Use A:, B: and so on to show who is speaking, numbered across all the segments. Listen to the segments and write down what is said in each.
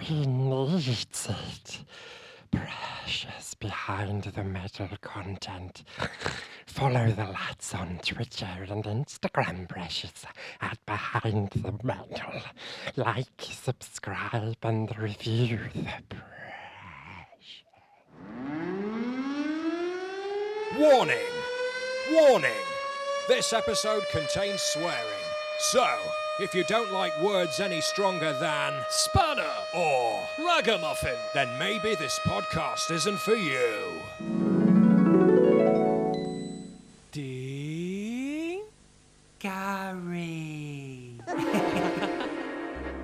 A: He needs it. Precious behind the metal content. Follow the lads on Twitter and Instagram, precious, at Behind the Metal. Like, subscribe, and review the precious.
B: Warning! Warning! This episode contains swearing. So, if you don't like words any stronger than spanner or ragamuffin, then maybe this podcast isn't for you.
C: Ding. Gary.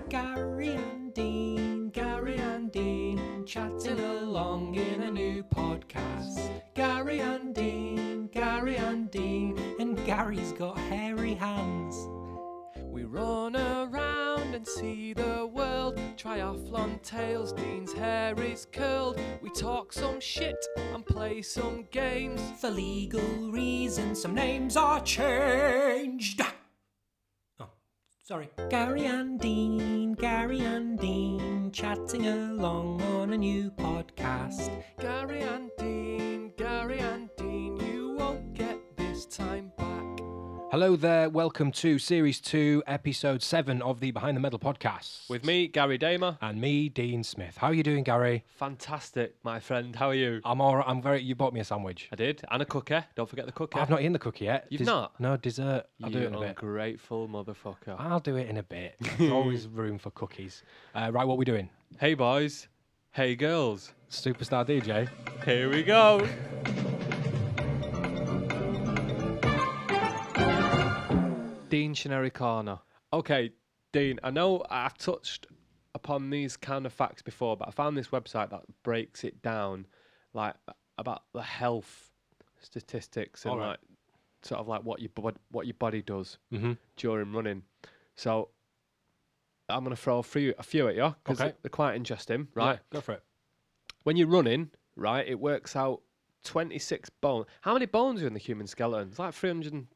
C: Gary and Dean, Gary and Dean, chatting along in a new podcast. Gary and Dean, Gary and Dean, and Gary's got hairy hands. We run around and see the world. Try our long tails, Dean's hair is curled. We talk some shit and play some games. For legal reasons, some names are changed. Oh, sorry. Gary and Dean, Gary and Dean, chatting along on a new podcast. Gary and Dean, Gary and Dean, you won't get this time back.
B: Hello there, welcome to Series 2, Episode 7 of the Behind the Metal podcast.
D: With me, Gary Damer.
B: and me, Dean Smith. How are you doing, Gary?
D: Fantastic, my friend. How are you?
B: I'm all right. I'm very. You bought me a sandwich.
D: I did. And a cookie. Don't forget the cookie.
B: I've not eaten the cookie yet.
D: You've not?
B: No, dessert. I'll do
D: You
B: it in a bit.
D: ungrateful motherfucker.
B: I'll do it in a bit. There's always room for cookies. Uh, right, what we doing?
D: Hey, boys. Hey, girls.
B: Superstar DJ.
D: Here we go. Dean Shineri Corner. Okay, Dean, I know I've touched upon these kind of facts before, but I found this website that breaks it down like about the health statistics and
B: All right.
D: like sort of like what your bod- what your body does
B: Mm-hmm.
D: during running. So I'm gonna throw a few a few at you because
B: Okay.
D: they're quite interesting, right?
B: Yeah, go for it.
D: when you're running, right, it works out 26 bones. How many bones are in the human skeleton? It's like 300. and-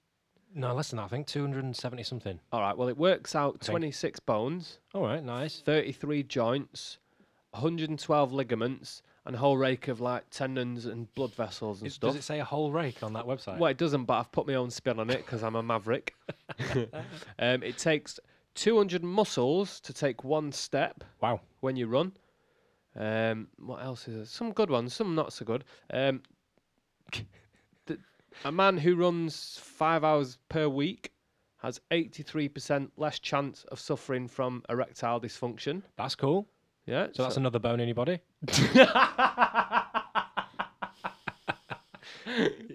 B: No, less than that. I think 270 something.
D: All right, well, it works out
B: Okay.
D: 26 bones,
B: All right, nice.
D: 33 joints, 112 ligaments, and a whole rake of like tendons and blood vessels and
B: Is-
D: stuff.
B: Does it say a whole rake on that website?
D: Well, it doesn't, but I've put my own spin on it because I'm a maverick. um, it takes 200 muscles to take one step.
B: Wow.
D: when you run. Um, what else is there? Some good ones, some not so good. Um, th- a man who runs five hours per week has 83% less chance of suffering from erectile dysfunction.
B: That's cool.
D: Yeah,
B: So that's another bone in your body.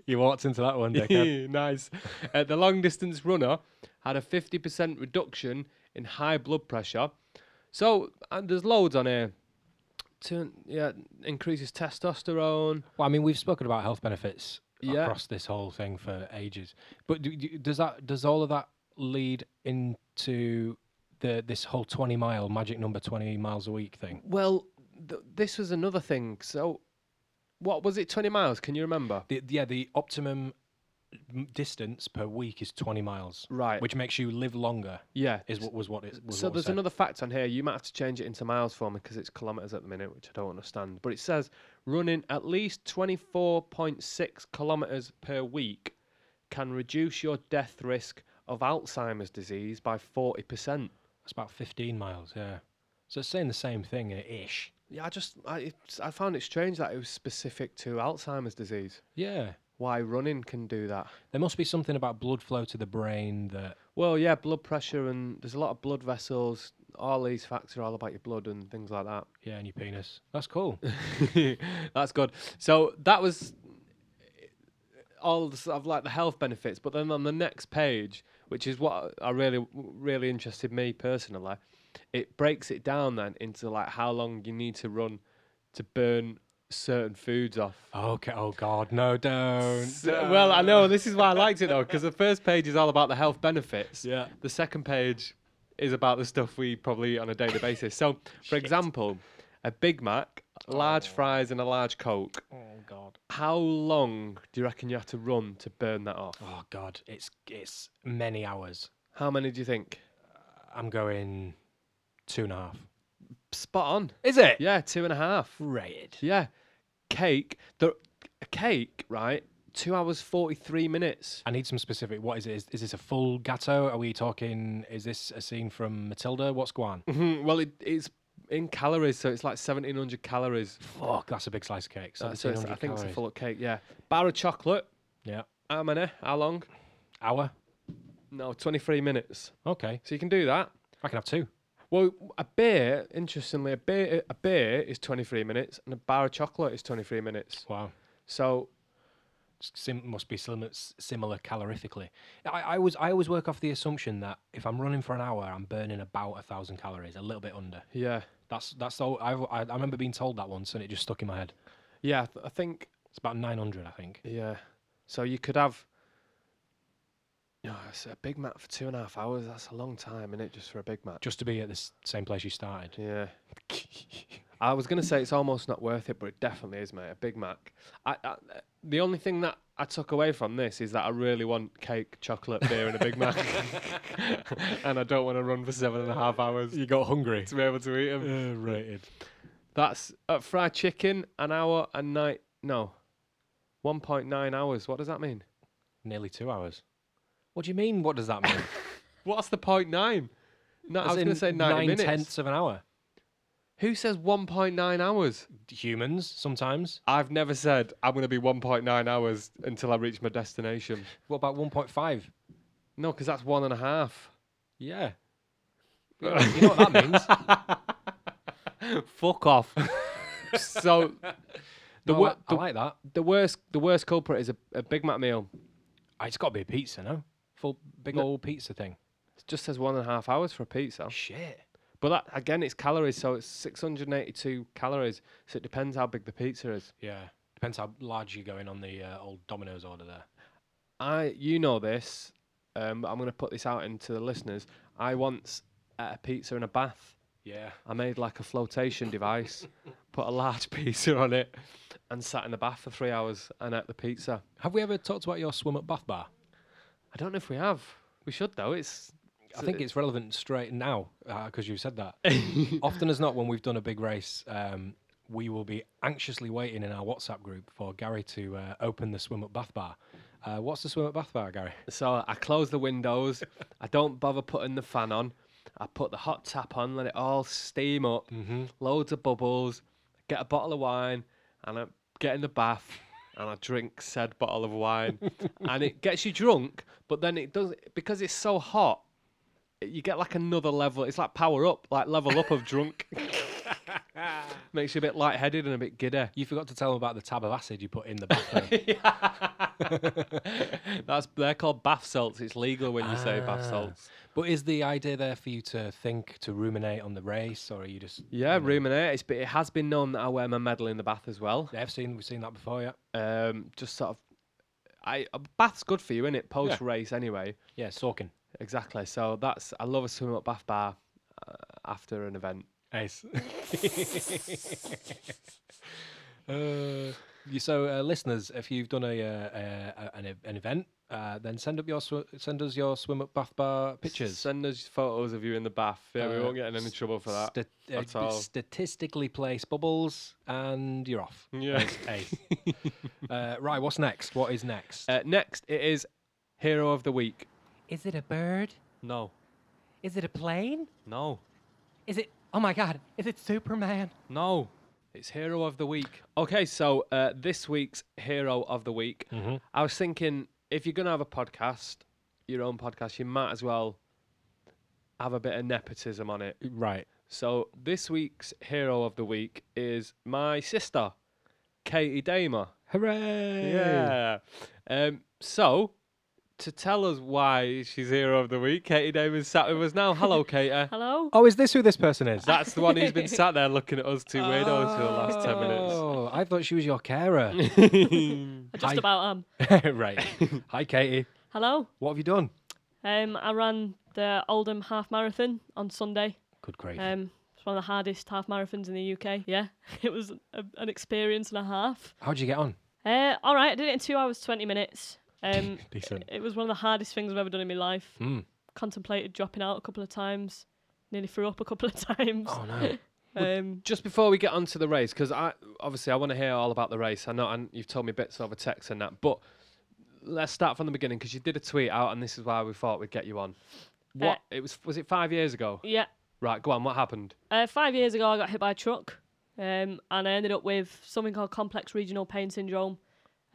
B: you walked into that one, dickhead.
D: nice. Uh, the long distance runner had a 50% reduction in high blood pressure. So and there's loads on here. To, yeah, increases testosterone.
B: well, I mean, we've spoken about health benefits
D: Yeah.
B: across this whole thing for ages. But do, do, does that does all of that lead into the this whole twenty mile magic number twenty miles a week thing?
D: Well, th- this was another thing. So, what was it? Twenty miles? Can you remember?
B: The, yeah, the optimum m- distance per week is twenty miles,
D: Right.
B: Which makes you live longer.
D: Yeah.
B: Is what was what it was.
D: so
B: what was
D: there's
B: said.
D: another fact on here. You might have to change it into miles for me because it's kilometers at the minute, which I don't understand. But it says running at least 24.6 kilometers per week can reduce your death risk of Alzheimer's disease by 40%.
B: It's about fifteen miles. Yeah. So it's saying the same thing uh, ish.
D: Yeah, I just I, it's, I found it strange that it was specific to Alzheimer's disease.
B: Yeah.
D: Why running can do that?
B: There must be something about blood flow to the brain that
D: Well, yeah, blood pressure and there's a lot of blood vessels. All these facts are all about your blood and things like
B: yeah, in your penis. That's cool.
D: that. That's good. So that was all the sort of like the health benefits, but then on the next page, which is what I really really interested me personally, it breaks it down then into like how long you need to run to burn certain foods off.
B: okay. Oh God, no, don't.
D: So- Uh, well, I know this is why I liked it though, because the first page is all about the health benefits.
B: Yeah.
D: The second page is about the stuff we probably eat on a daily basis. So, for example, a Big Mac, large fries, and a large Coke.
B: Oh God.
D: How long do you reckon you have to run to burn that off?
B: Oh God. It's it's many hours.
D: How many do you think?
B: I'm going two and a half.
D: spot on.
B: Is it?
D: Yeah, two and a half.
B: Rated.
D: Yeah, cake. The a cake, right? Two hours forty three minutes.
E: I need some specific. What is it? Is, is this a full gatto? Are we talking? Is this a scene from Matilda? What's going on?
D: Mhm, well, it, it's in calories, so it's like seventeen hundred calories.
E: Fuck, that's a big slice of cake.
D: Uh, so it's, I
E: 1700
D: think it's a
E: calories.
D: full cake. Yeah, bar of chocolate.
E: Yeah,
D: How many? How long?
E: hour.
D: No, twenty three minutes.
E: Okay,
D: So you can do that.
E: I can have two.
D: Well, a beer, interestingly, a beer, a beer is 23 minutes, and a bar of chocolate is 23 minutes.
E: Wow,
D: So
E: S- Sim- must be similar, similar calorifically. I, I was I always work off the assumption that if I'm running for an hour, I'm burning about a thousand calories, a little bit under.
D: yeah,
E: That's that's all. I've, I I remember being told that once, and it just stuck in my head.
D: yeah, I th- I think
E: It's about nine hundred, I think.
D: yeah. So you could have. No, it's a big mat for two and a half hours. That's a long time, is it? Just for a big match.
E: Just to be at this same place you started.
D: Yeah. I was gonna say it's almost not worth it, but it definitely is, mate. A Big Mac. I, I, the only thing that I took away from this is that I really want cake, chocolate, beer, and a Big Mac, and I don't want to run for seven and a half hours
E: You got hungry.
D: to be able to eat them.
E: Uh, rated.
D: That's uh, fried chicken, an hour and night. No, one point nine hours. What does that mean?
E: Nearly two hours. What do you mean? What does that mean?
D: What's the point nine? No, I
E: As
D: was
E: in
D: gonna say ninety
E: nine
D: minutes.
E: tenths of an hour.
D: Who says one point nine hours?
E: Humans sometimes.
D: I've never said I'm gonna be one point nine hours until I reach my destination.
E: What about one point five?
D: No, because that's one and a half.
E: Yeah. You know, you know what that means.
D: Fuck off. so
E: The
D: the,
E: no, I
D: wor-
E: li- I
D: the,
E: like that.
D: the worst the worst culprit is a, a Big Mac meal.
E: Ah, It's got to be a pizza, no? Full big
D: No.
E: old pizza thing.
D: It just says one and a half hours for a pizza.
E: Shit.
D: But that again, it's calories, so it's 682 calories. So it depends how big the pizza is.
E: Yeah. Depends how large you're going on the uh, old Domino's order there.
D: I, you know this, um, but I'm going to put this out into the listeners. I once ate a pizza in a bath.
E: Yeah.
D: I made like a flotation device, put a large pizza on it, and sat in the bath for three hours and ate the pizza.
E: Have we ever talked about your swim at bath bar?
D: I don't know if we have. We should though. It's.
E: I think it's relevant straight now because you said that. Often as not, when we've done a big race, um, we will be anxiously waiting in our WhatsApp group for Gary to uh, open the swim at bath bar. Uh, what's the swim at bath bar, Gary?
D: So I close the windows. I don't bother putting the fan on. I put the hot tap on, let it all steam up. Loads of bubbles. Get a bottle of wine, and I get in the bath, and I drink said bottle of wine, and it gets you drunk. But then it does because it's so hot. it- You get like another level. It's like power up, like level up of drunk. Makes you a bit lightheaded and a bit giddy.
E: You forgot to tell them about the tab of acid you put in the bathroom.
D: That's they're called bath salts. It's legal when you say bath salts.
E: but is the idea there for you to think, to ruminate on the race, or are you just?
D: Yeah, ruminate. It's but it has been known that I wear my medal in the bath as well.
E: Yeah, I've seen we've seen that before. Yeah.
D: Um, just sort of, I a bath's good for you, is it? Post race anyway.
E: Yeah, soaking.
D: Exactly. So that's I love a swim up bath bar uh, after an event.
E: Ace. uh, you- so, uh, listeners, if you've done a, uh, uh, a- an, e- an event, uh, then send up your sw- send us your swim up bath bar pictures.
D: Send us photos of you in the bath. Yeah, we
E: Uh,
D: won't get in any trouble for that.
E: Sta- uh,
D: at
E: b-
D: all.
E: statistically placed bubbles, and you're off.
D: yeah.
E: Ace. uh, right, what's next? What is next?
D: Uh, next, it is hero of the week.
C: Is it a bird?
D: No,
C: Is it a plane?
D: no,
C: Is it. Oh my god, is it Superman?
D: no. It's hero of the week. Okay, so uh, this week's hero of the week. I was thinking if you're gonna have a podcast, your own podcast, you might as well have a bit of nepotism on it.
E: right.
D: So this week's hero of the week is my sister, Katie Damer.
E: Hooray!
D: Yeah. Um, so to tell us why she's hero of the week, Katie Damer's sat with us now. Hello, Katie.
F: Hello?
E: Oh, is this who this person is?
D: That's the one who's been sat there looking at us two weirdos for the last ten minutes.
E: Oh, I thought she was your carer.
F: I just
E: Hi.
F: about am.
E: right. Hi, Katie.
F: Hello?
E: What have you done?
F: Um, I ran the Oldham Half Marathon on Sunday.
E: Good grief.
F: Um, it's one of the hardest half marathons in the UK. Yeah, it was a, an experience and a half.
E: How'd you get on?
F: Uh, all right, I did it in two hours, 20 minutes. Um,
E: Decent.
F: it was one of the hardest things I've ever done in my life.
E: Mm.
F: Contemplated dropping out a couple of times, nearly threw up a couple of times.
E: Oh no.
F: Um,
D: Just before we get onto the race, because I obviously I want to hear all about the race. I know, and you've told me bits over text and that, but let's start from the beginning because you did a tweet out, and this is why we thought we'd get you on.
F: Uh,
D: What it was was it five years ago?
F: yeah.
D: Right, go on. What happened?
F: Uh, five years ago, I got hit by a truck, um, and I ended up with something called complex regional pain syndrome.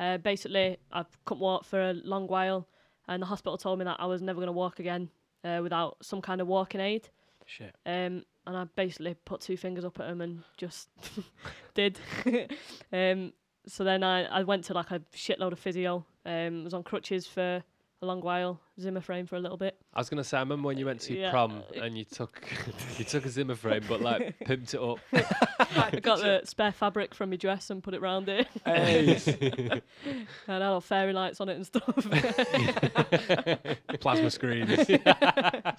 F: Uh, basically, I couldn't walk for a long while, and the hospital told me that I was never going to walk again uh, without some kind of walking aid.
E: Shit.
F: Um, and I basically put two fingers up at him and just did. um, so then I, I went to like a shitload of physio. Um, was on crutches for a long while, Zimmer frame for a little bit.
D: I was gonna say, I remember when you went to your
F: Yeah,
D: prom
F: uh,
D: and you took you took a Zimmer frame, but like pimped it up.
F: I got the spare fabric from my dress and put it round it. and had all fairy lights on it and stuff.
E: Plasma screens,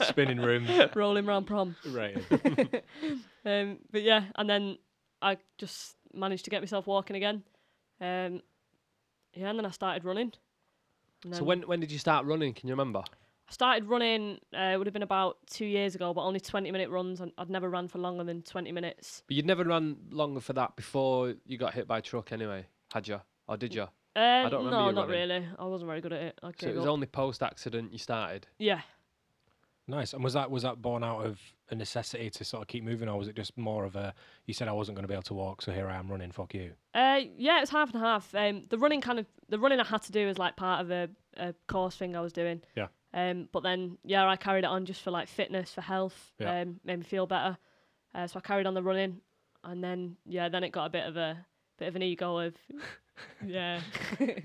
E: spinning rooms.
F: Rolling round prom.
E: Right.
F: Um, but yeah, and then I just managed to get myself walking again. Um, yeah, and then I started running. And
D: so
F: then
D: when when did you start running? Can you remember?
F: I started running, uh, it would have been about two years ago, but only 20 minute runs. and I'd never ran for longer than 20 minutes.
D: But you'd never run longer for that before you got hit by a truck, anyway, had you? Or did you?
F: Um,
D: don't remember
F: no,
D: you
F: not
D: running.
F: really. I wasn't very good at it. I
D: So it
F: gave
D: was
F: up.
D: only post accident you started.
F: yeah,
E: Nice. And was that was that born out of a necessity to sort of keep moving, or was it just more of a you said I wasn't going to be able to walk, so here I am running. Fuck you.
F: Uh, yeah, it was half and half. Um, the running kind of the running I had to do was like part of a, a course thing I was doing.
E: Yeah.
F: Um, but then yeah, I carried it on just for like fitness, for health.
E: Yeah.
F: Um, made me feel better. Uh, so I carried on the running, and then yeah, then it got a bit of a bit of an ego of yeah,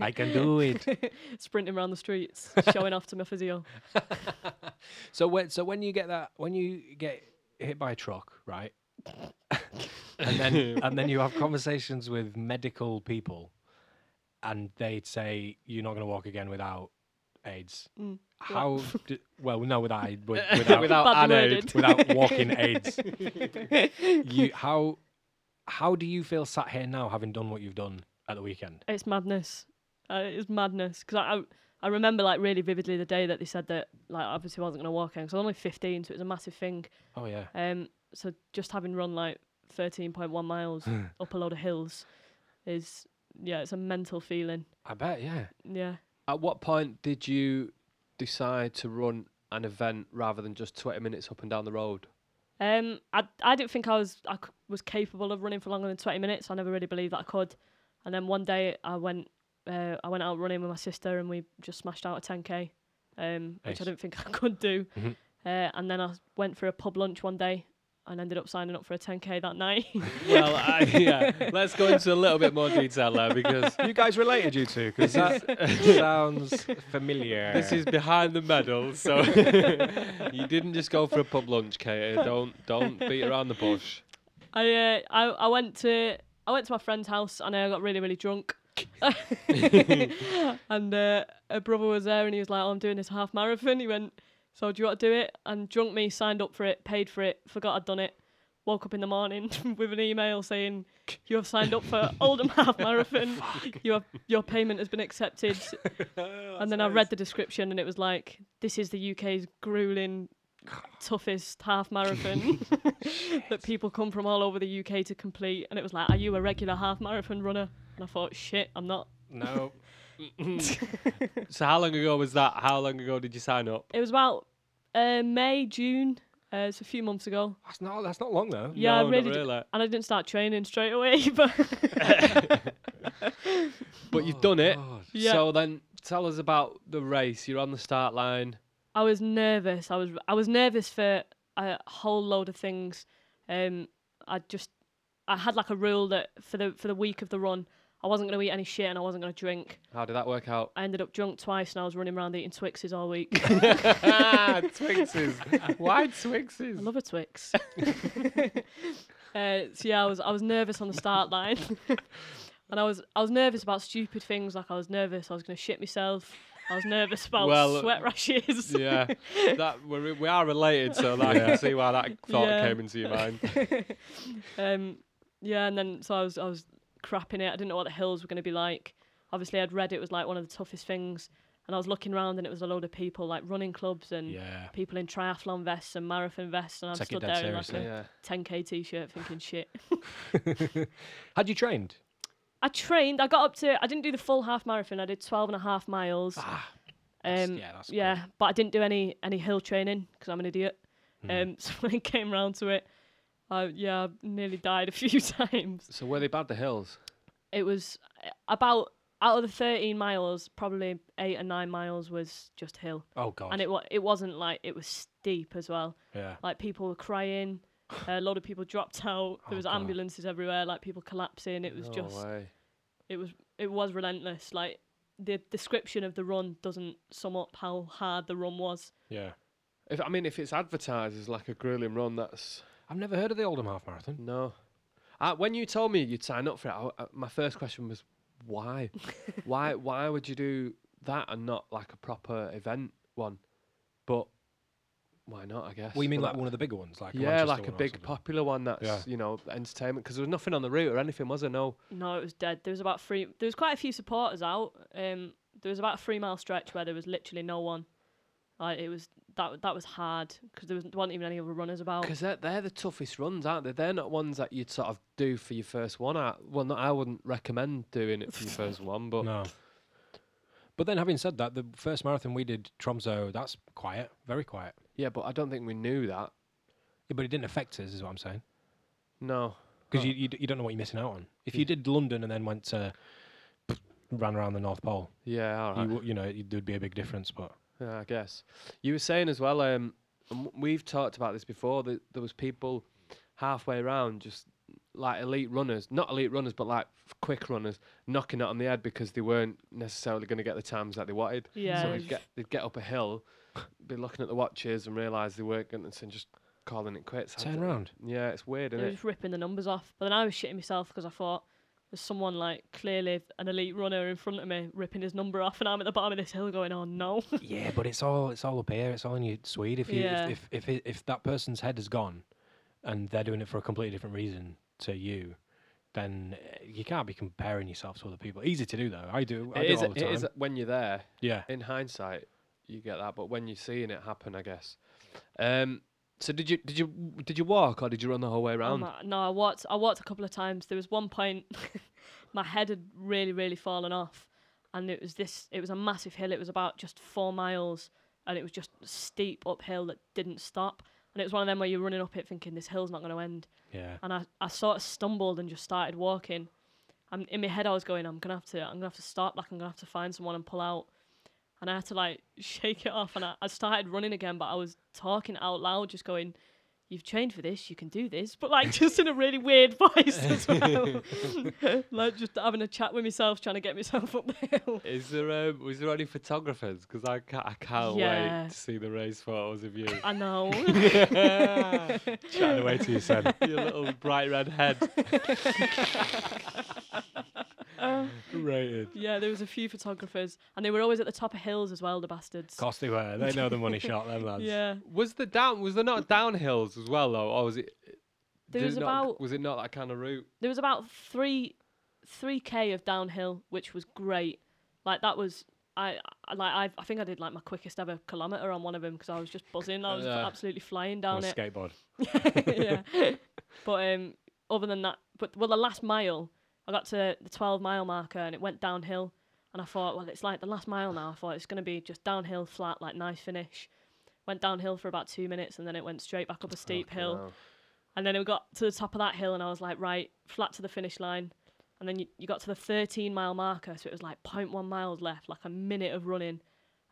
E: I can do it.
F: sprinting around the streets, showing off to my physio.
E: So when so when you get that when you get hit by a truck, right? and then and then you have conversations with medical people, and they'd say you're not going to walk again without AIDS.
F: Mm.
E: How? d well, no, without aid- with,
D: without,
E: without
F: Badly
D: without an aid.
F: worded.
E: without walking aids. you how how do you feel sat here now, having done what you've done at the weekend?
F: It's madness. Uh, it's madness because I, I I remember like really vividly the day that they said that like obviously I wasn't gonna walk in because I was only 15, so it was a massive thing.
E: Oh yeah,
F: Um, so just having run like 13.1 miles up a load of hills is yeah, it's a mental feeling.
E: I bet. Yeah,
F: Yeah.
D: At what point did you decide to run an event rather than just 20 minutes up and down the road?
F: Um, I I didn't think I was I c- was capable of running for longer than 20 minutes. I never really believed that I could. And then one day I went uh, I went out running with my sister and we just smashed out a 10k, um, which I
E: Nice.
F: didn't think I could do.
E: Mhm.
F: Uh, and then I s- went for a pub lunch one day and ended up signing up for a 10k that night.
D: well, I, yeah, let's go into a little bit more detail there because
E: you guys related you two because that sounds familiar.
D: this is behind the medal. So you didn't just go for a pub lunch, Katie. Don't don't beat around the bush.
F: I, uh, I I went to I went to my friend's house and I got really really drunk. and uh, her brother was there and he was like, oh, "I'm doing this half marathon." He went, "So do you want to do it?" And drunk me signed up for it, paid for it, forgot I'd done it. Woke up in the morning with an email saying, "You have signed up for Oldham Half Marathon. you have, your payment has been accepted." and then I read the description and it was like, "This is the UK's grueling, toughest half marathon." that people come from all over the UK to complete. And it was like, are you a regular half marathon runner? And I thought, shit, I'm not.
E: no.
D: So how long ago was that? How long ago did you sign up?
F: It was about uh, May, June. Uh, it's a few months ago.
E: That's not that's not long though.
F: Yeah,
D: No,
F: I
D: not
F: really, d-
D: really.
F: and I didn't start training straight away. But
D: But you've done it.
F: Yeah.
D: So then tell us about the race. You're on the start line.
F: I was nervous. I was I was nervous for a whole load of things. Um, I just I had like a rule that for the for the week of the run, I wasn't going to eat any shit and I wasn't going to drink.
D: How did that work out?
F: I ended up drunk twice and I was running around eating Twixes all week.
D: ah, Twixes. Why Twixes?
F: I love a Twix. uh, so yeah, I was I was nervous on the start line, and I was I was nervous about stupid things like I was nervous I was gonna shit myself. I was nervous about
E: uh,
D: Well,
F: sweat rashes.
D: yeah, that we're, we are related, so that I can see why that thought
F: Yeah.
D: came into your mind.
F: um, yeah, and then so I was I was crapping it. I didn't know what the hills were gonna be like. Obviously, I'd read it was like one of the toughest things. and I was looking around and it was a load of people like running clubs and
E: Yeah.
F: people in triathlon vests and marathon vests, and I
E: Take it
F: stood
E: dead
F: there in like
E: seriously.
F: a
D: Yeah.
F: 10k t-shirt thinking shit.
E: Had you trained?
F: I trained. I got up to. I didn't do the full half marathon. I did 12 and a half miles.
E: Ah, that's-
F: um,
E: yeah, that's good.
F: yeah, but I didn't do any any hill training because I'm an idiot.
E: Hmm.
F: Um, so when it came round to it, I yeah, I nearly died a few times.
D: So were they bad the hills?
F: It was uh, about out of the 13 miles, probably eight or nine miles was just hill,
E: Oh god.
F: and it wa- it wasn't like it was steep as well.
E: yeah.
F: Like people were crying. A lot of people dropped out. There was
E: Oh, God.
F: ambulances everywhere. Like people collapsing. It was just
D: way.
F: it was it was relentless. Like the description of the run doesn't sum up how hard the run was.
E: Yeah.
D: If I mean, if it's advertised as like a grueling run, that's
E: I've never heard of the Oldham Half Marathon.
D: no. I, when you told me you'd sign up for it, I, I- uh, my first question was, why? why? Why would you do that and not like a proper event one? But why not? I guess.
E: Well, you mean
D: Well,
E: like one of the bigger ones, like a
D: yeah,
E: Manchester
D: like a
E: one or
D: big
E: something?
D: popular one that's
E: Yeah.
D: you know entertainment because there was nothing on the route or anything, was there? No.
F: No, it was dead. There was about three. There was quite a few supporters out. Um, there was about a three mile stretch where there was literally no one. Like it was that that was hard because there was there weren't even any other runners about.
D: Because they're, they're the toughest runs, aren't they? They're not ones that you'd sort of do for your first one. I, well, not, I wouldn't recommend doing it for your first one, but
E: No. But then, having said that, the first marathon we did, Tromso, that's quiet, very quiet.
D: yeah, but I don't think we knew that.
E: Yeah, but it didn't affect us, is what I'm saying.
D: No.
E: Because you, you d- you don't know what you're missing out on. If you did London and then went to ran around the North Pole,
D: Yeah, all
E: you
D: right.
E: you you know it- there'd be a big difference. But
D: yeah, I guess. You were saying as well, um, and w- we've talked about this before, that there was people halfway around just like elite runners, not elite runners, but like f- quick runners, knocking it on the head because they weren't necessarily going to get the times that they wanted. So
F: Yeah.
D: they'd get, they'd get up a hill, be looking at the watches and realise they weren't going to, and just calling it quits. I
E: turn
D: d-
E: round.
D: Yeah, it's weird,
F: they
D: isn't
F: were
D: it?
F: just ripping the numbers off. But then I was shitting myself because I thought there's someone like clearly an elite runner in front of me ripping his number off, and I'm at the bottom of this hill going, "Oh no!"
E: yeah, but it's all it's all up here. It's all in your Swede. If you
F: Yeah.
E: if if, if, it, if that person's head is gone, and they're doing it for a completely different reason to you, then eh, you can't be comparing yourself to other people. Easy to do though. I do. I
D: It
E: do
D: is,
E: all the
D: it
E: time.
D: is when you're there.
E: yeah.
D: In hindsight, you get that, but when you're seeing it happen, I guess. Um, so did you did you did you walk or did you run the whole way
F: Oh
D: around?
F: my- no, I walked. I walked a couple of times. There was one point, my head had really, really fallen off, and it was this. It was a massive hill. It was about just four miles, and it was just steep uphill that didn't stop. And it was one of them where you're running up it thinking this hill's not going to end.
E: Yeah.
F: And I, I sort of stumbled and just started walking. And in my head, I was going, I'm gonna have to, I'm gonna have to stop. Like I'm gonna have to find someone and pull out. And I had to like shake it off. And I, I started running again, but I was talking out loud, just going, "You've trained for this. You can do this." But like just in a really weird voice as well. like just having a chat with myself, trying to get myself up the hill.
D: Is there um, was there any photographers? Because I can't, I can't
F: Yeah.
D: wait to see the race photos of you
F: I know.
D: chatting away to yourself, your little bright red head.
E: Rated.
F: yeah, there was a few photographers, and they were always at the top of hills as well. The bastards.
E: Of course they were. Uh, They know the money shot, them lads.
F: Yeah.
D: Was the down was there not downhills as well though, or was it?
F: There
D: did
F: was
D: it not-
F: about-
D: was it not that kind of route?
F: there was about three three k of downhill, which was great. Like that was I, I like I, I think I did like my quickest ever kilometer on one of them because I was just buzzing. I was
D: Yeah.
F: absolutely flying
E: On
F: down
E: a
F: it.
E: skateboard.
F: yeah. But um, other than that, but well, the last mile, I got to the 12 mile marker and it went downhill. And I thought, well, it's like the last mile now. I thought it's going to be just downhill, flat, like nice finish. Went downhill for about two minutes and then it went straight back up a steep hill. And then it got to the top of that hill and I was like, right, flat to the finish line. And then you, you got to the 13 mile marker. So it was like 0.1 miles left, like a minute of running.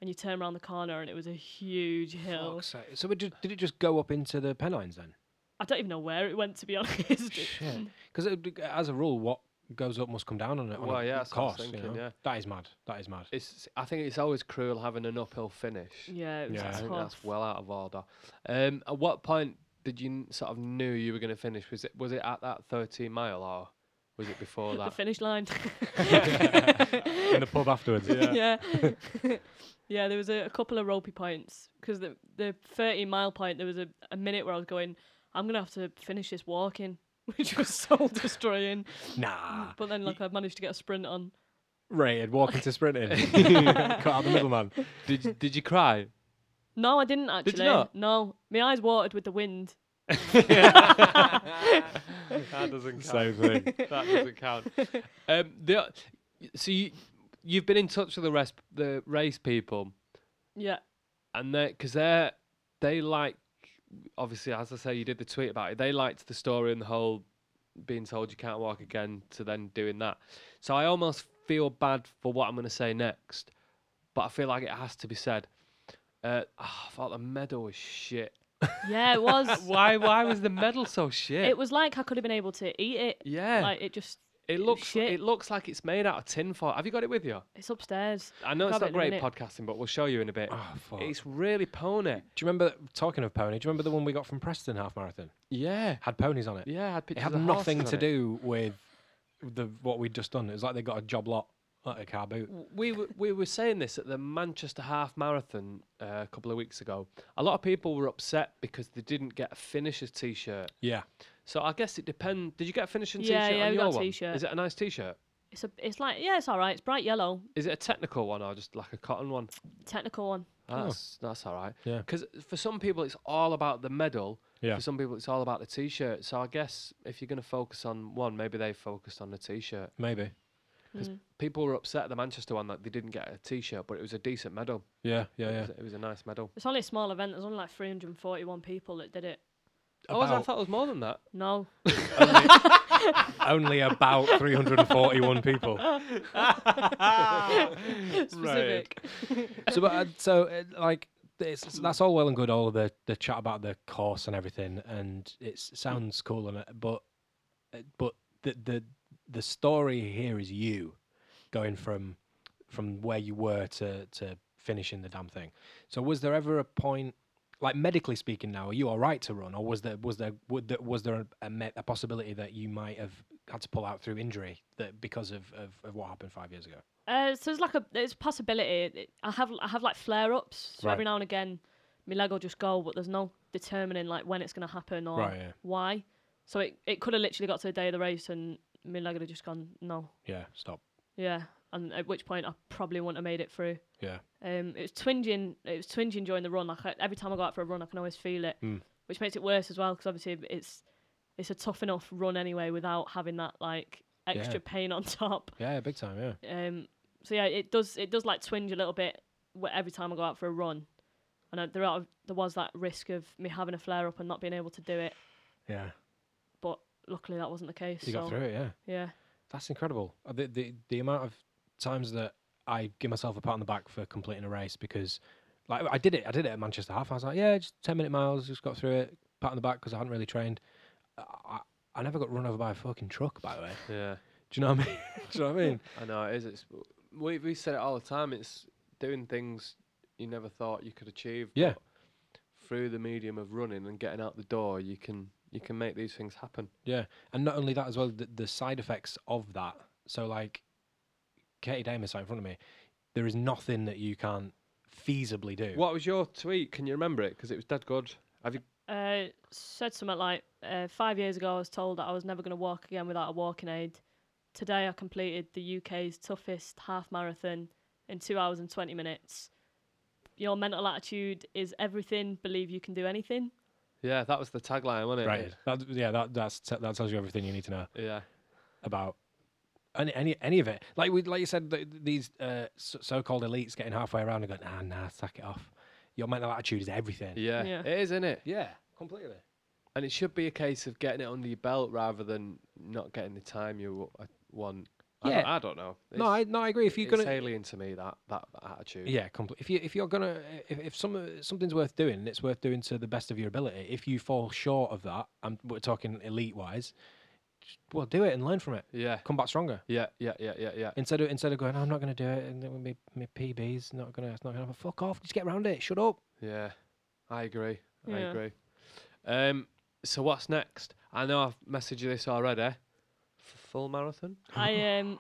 F: And you turn around the corner and it was a huge hill.
E: Fuck's sake. So it ju- did it just go up into the Pennines then?
F: I don't even know where it went, to be honest.
E: Shit. Because as a rule, what goes up must come down on it. On
D: Well,
E: a
D: yeah, that's what I was
E: course. you
D: thinking,
E: know?
D: yeah.
E: That is mad. That is mad.
D: It's I think it's always cruel having an uphill finish.
F: Yeah, it was
E: Yeah.
D: I think
F: tough.
D: that's well out of order. Um, at what point did you n- sort of knew you were going to finish? Was it was it at that 13 mile or was it before
F: the
D: that?
F: finish line.
E: In the pub afterwards.
F: yeah. yeah. there was a, a couple of ropey points because the the 30 mile point there was a, a minute where I was going I'm going to have to finish this walking which was soul destroying
E: Nah.
D: Ah,
F: but then like I managed to get a sprint on
E: rated walking to sprinting. Oh, Cut out the middleman.
D: Did you- did you cry?
F: No, I didn't actually.
D: you not?
F: No, my eyes watered with the wind.
D: That doesn't count.
E: Same thing.
D: that doesn't count. Um, the, o- so you you've been in touch with the rest the race people,
F: Yeah,
D: and they because they're they like obviously as I say you did the tweet about it. They liked the story and the whole being told you can't walk again to then doing that. So I almost feel bad for what I'm going to say next, but I feel like it has to be said. Uh, ah, I thought the medal was shit.
F: yeah, it was.
D: Why? Why was the medal so shit?
F: it was like I could have been able to eat it.
D: yeah.
F: Like it just,
D: It looks
F: shit.
D: it looks like it's made out of tin foil. Have you got it with you?
F: it's upstairs.
D: I know it's
F: Grab it
D: not
F: in a
D: great
F: minute.
D: podcasting, but we'll show you in a bit.
E: Oh, fuck. Do you
D: it's really pony.
E: remember, talking of pony, do you remember the one we got from Preston half marathon?
D: Yeah,
E: Had ponies on it.
D: yeah. I had
E: It
D: pictures
E: had
D: of
E: nothing
D: horses
E: to
D: on it.
E: do with the what we'd just done. It was like they got a job lot, like a car boot.
D: W- We were, we were saying this at the Manchester Half Marathon uh, a couple of weeks ago. A lot of people were upset because they didn't get a finisher's T-shirt.
E: Yeah.
D: So I guess it depends. Did you get a finishing
F: Yeah,
D: T-shirt
F: yeah,
D: on
F: we
D: your
F: got a
D: one?
F: t-shirt.
D: Is it a nice T-shirt?
F: It's a, it's like yeah, it's all right. It's bright yellow,
D: Is it a technical one or just like a cotton one?
F: technical one.
D: That's that's all right.
E: Oh. Yeah.
D: Because for some people it's all about the medal.
E: Yeah.
D: For some people it's all about the t-shirt. So I guess if you're going to focus on one, maybe they focused on the t-shirt.
E: Maybe.
D: People were upset at the Manchester one that they didn't get a t-shirt, but it was a decent medal.
E: Yeah, yeah,
D: It,
E: yeah.
D: was, it was a nice medal.
F: It's only a small event. There's only like 341 people that did it.
D: Oh, I
E: About-
D: thought it was more than that.
F: No,
E: Only about 341 people.
F: specific.
E: so, but, uh, so uh, like it's, that's all well and good. All of the the chat about the course and everything, and it sounds cool and it, but uh, but the the the story here is you going from from where you were to to finishing the damn thing. So, was there ever a point? Like medically speaking, now are you all right to run, or was there was there would there, was there a, a, me- a possibility that you might have had to pull out through injury that because of, of, of what happened five years ago?
F: Uh, so there's like a there's a possibility. It- I have I have like flare ups. So
E: Right.
F: every now and again, my leg will just go, but there's no determining like when it's gonna happen or
E: Right, yeah.
F: why. So it, it could have literally got to the day of the race and my leg would have just gone no,
E: Yeah, stop.
F: yeah, and at which point I probably wouldn't have made it through.
E: Yeah.
F: Um, it was twinging. It was twinging during the run. Like I, every time I go out for a run, I can always feel it,
E: Mm.
F: which makes it worse as well because obviously it's it's a tough enough run anyway without having that like extra pain on top.
E: Yeah, big time. Yeah.
F: Um, so yeah, it does it does like twinge a little bit wh- every time I go out for a run, and I, there are, there was that risk of me having a flare up and not being able to do it,
E: Yeah,
F: but luckily that wasn't the case.
E: you got
F: so,
E: through it. Yeah,
F: Yeah,
E: that's incredible. Uh, The, the the amount of times that I give myself a pat on the back for completing a race because, like, I did it. I did it at Manchester Half. I was like, yeah, just ten minute miles, just got through it. Pat on the back because I hadn't really trained. I, I, I never got run over by a fucking truck, by the way.
D: Yeah.
E: Do you know what I mean? Do you know what I mean?
D: I know it is. It's we we said it all the time. It's doing things you never thought you could achieve.
E: Yeah.
D: but Through the medium of running and getting out the door, you can you can make these things happen.
E: Yeah, and not only that as well, the, the side effects of that. So like, Katie Damer sat in front of me. There is nothing that you can't feasibly do.
D: What was your tweet? Can you remember it? Because it was dead good. Have you?
F: uh, said something like uh, five years ago I was told that I was never going to walk again without a walking aid. Today I completed the UK's toughest half marathon in two hours and twenty minutes. Your mental attitude is everything. Believe you can do anything.
D: Yeah, that was the tagline, wasn't it?
E: Right. That, yeah, that that's that tells you everything you need to know.
D: Yeah.
E: about any any, any of it. Like we like you said, th- th- these uh, so called elites getting halfway around and going, nah, nah, sack it off. Your mental attitude is everything.
D: Yeah.
F: Yeah.
D: It is, isn't it?
E: Yeah, completely.
D: And it should be a case of getting it under your belt rather than not getting the time you wa- want. I don't,
E: Yeah.
D: I don't know.
E: no, I no, I agree. If you're
D: it's
E: gonna,
D: alien to me that that attitude.
E: yeah, compl- if you if you're gonna, if, if some something's worth doing, it's worth doing to the best of your ability. If you fall short of that, and we're talking elite wise, just, well, do it and learn from it.
D: Yeah.
E: Come back stronger.
D: Yeah. Yeah. Yeah. Yeah. Yeah.
E: Instead of instead of going, I'm not gonna do it, and then my, my PB's not gonna, it's not gonna happen. Fuck off. Just get round it. Shut up.
D: Yeah, I agree. I
F: Yeah.
D: agree. Um, so what's next? I know I've messaged you this already. F- full marathon?
F: I um,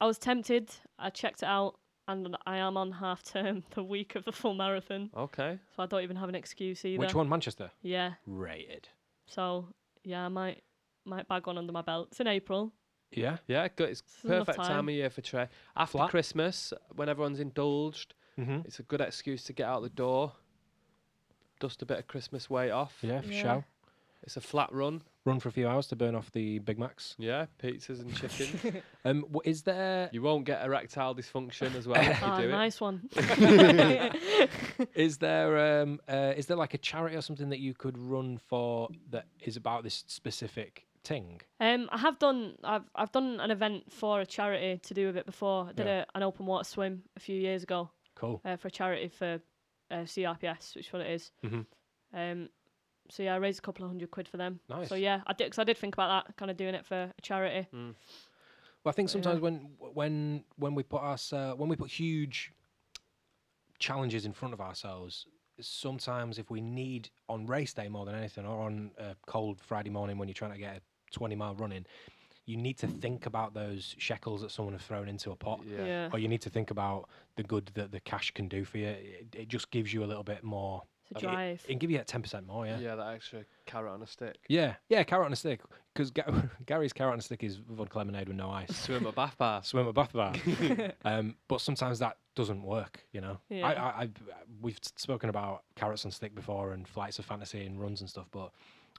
F: I was tempted. I checked it out, and I am on half term the week of the full marathon,
D: Okay.
F: so I don't even have an excuse either.
E: Which one, Manchester?
F: Yeah.
E: Rated.
F: So yeah, I might might bag one under my belt. It's in April.
E: Yeah.
D: Yeah, good. It's
F: It's enough
D: perfect time.
F: time.
D: of year for Trey. After
E: Flat.
D: Christmas, when everyone's indulged,
E: Mm-hmm.
D: it's a good excuse to get out the door, dust a bit of Christmas weight off.
E: Yeah, for
F: Yeah.
E: sure.
D: It's a flat run.
E: Run for a few hours to burn off the Big Macs.
D: Yeah, pizzas and chicken.
E: Um, wh- is there
D: you won't get erectile dysfunction as well if you
F: Ah,
D: do
F: nice one.
E: is there um uh, is there like a charity or something that you could run for that is about this specific thing?
F: Um, I have done. I've I've done an event for a charity to do with it before. I did
E: Yeah.
F: a, an open water swim a few years ago
E: Cool.
F: uh, for a charity for uh, CRPS, which is what it is.
E: Mhm.
F: Um, so yeah, I raised a couple of hundred quid for them.
E: Nice.
F: So yeah, I did because I did think about that kind of doing it for a charity.
E: Well, I think
F: But yeah.
E: sometimes when when when we put our when we put huge challenges in front of ourselves, sometimes if we need on race day more than anything, or on a cold Friday morning when you're trying to get a 20 mile run in, you need to think about those shekels that someone has thrown into a pot,
D: it.
F: Yeah.
D: Yeah.
E: or you need to think about the good that the cash can do for you. It, it just gives you a little bit more.
F: It's a drive.
E: It can give you that 10% more,
D: yeah.
E: yeah.
D: that extra carrot on a stick.
E: Yeah, yeah, carrot on a stick. Because Ga- Gary's carrot on a stick is vodka lemonade with no ice.
D: Swim a bath bath.
E: swim at bath bar. um, but sometimes that doesn't work, you know.
F: Yeah.
E: I, I, I, we've s- spoken about carrots and stick before, and flights of fantasy and runs and stuff. But I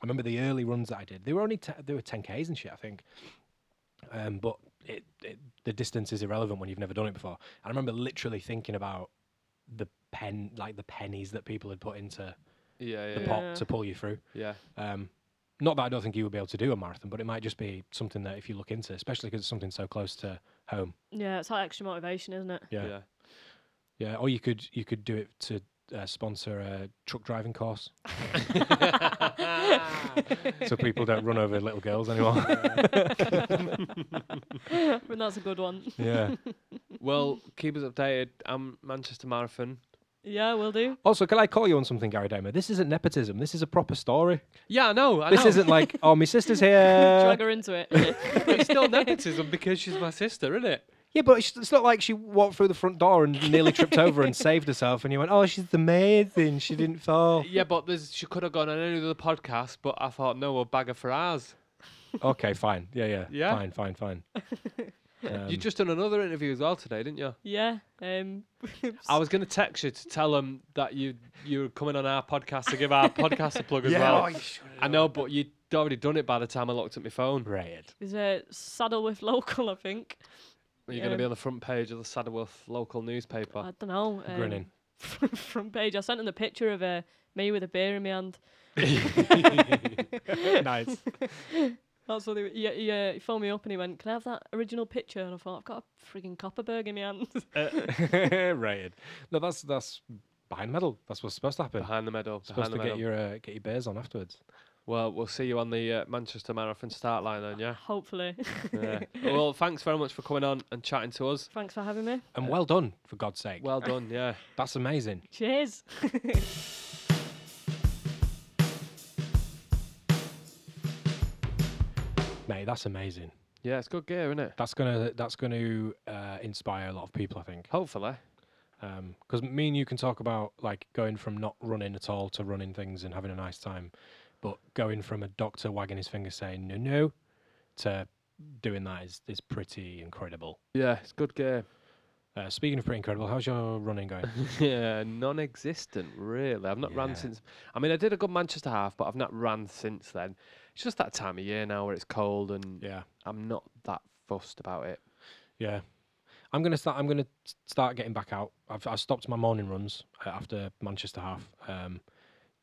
E: remember the early runs that I did. They were only te- they were ten k's and shit, I think. Um, but it, it, the distance is irrelevant when you've never done it before. And I remember literally thinking about the pen, like the pennies that people had put into
D: Yeah, yeah,
E: the
D: yeah.
F: Yeah.
E: pot to pull you through.
D: yeah.
E: Um, not that I don't think you would be able to do a marathon, but it might just be something that if you look into, especially because it's something so close to home.
F: yeah, it's that extra motivation, isn't it?
E: Yeah.
D: yeah.
E: Yeah, or you could you could do it to uh, sponsor a truck driving course, so people don't run over little girls anymore.
F: but that's a good one.
E: yeah.
D: Well, keep us updated. Um, Manchester Marathon.
F: Yeah, we'll do.
E: Also, can I call you on something, Gary Damer? This isn't nepotism. This is a proper story.
D: Yeah, I know. I
E: This
D: know.
E: isn't like, oh, my sister's
F: Drag
E: here.
F: her into it.
D: it's still nepotism because she's my sister, isn't it?
E: yeah, but it's, it's not like she walked through the front door and nearly tripped over and saved herself, and you went, oh, she's amazing. She didn't fall.
D: Yeah, but there's, she could have gone on any other podcast, but I thought, no, we'll bag her for ours.
E: okay, fine. Yeah, yeah.
D: Yeah?
E: Fine, fine, fine. Um,
D: you just done another interview as well today, didn't you?
F: yeah. Um,
D: I was going to text you to tell them that you you were coming on our podcast to give our podcast a plug as
E: yeah,
D: well.
E: oh, you should
D: I know, but you'd already done it by the time I looked at my phone.
E: Rated.
F: is a saddle with local, I think.
D: You're going to be
F: Um,
D: on the front page of the Saddleworth local newspaper.
F: I don't know.
D: Um.
E: Grinning.
F: From page, I sent him the picture of uh, me with a beer in my hand.
E: nice.
F: That's what he, yeah, he, uh, he phoned me up and he went, "Can I have that original picture?" And I thought, "I've got a frigging Copperberg in my hand."
E: Rated. No, that's that's behind metal. That's what's supposed to happen.
D: Behind the medal.
E: supposed
D: Behind the
E: to
D: medal.
E: get your uh, get your bears on afterwards.
D: Well, we'll see you on the uh, Manchester Marathon start line then, yeah?
F: Hopefully.
D: yeah. Well, thanks very much for coming on and chatting to us.
F: Thanks for having me.
E: And well done, for God's sake.
D: Uh, Well done, yeah.
E: that's amazing.
F: Cheers.
E: Mate, that's amazing.
D: Yeah, it's good gear, isn't it?
E: That's gonna that's gonna uh, inspire a lot of people, I think.
D: Hopefully.
E: Because me and you can talk about like going from not running at all to running things and having a nice time, but going from a doctor wagging his finger saying no no, to doing that is is pretty incredible.
D: Yeah, it's good gear.
E: Uh, speaking of pretty incredible, how's your running going?
D: yeah, non existent, really. I've not
E: Yeah.
D: ran since. I mean, I did a good Manchester half, but I've not ran since then. It's just that time of year now where it's cold and
E: yeah.
D: I'm not that fussed about it.
E: Yeah, I'm gonna start. I'm gonna s- start getting back out. I've I stopped my morning runs uh, after Manchester half, um,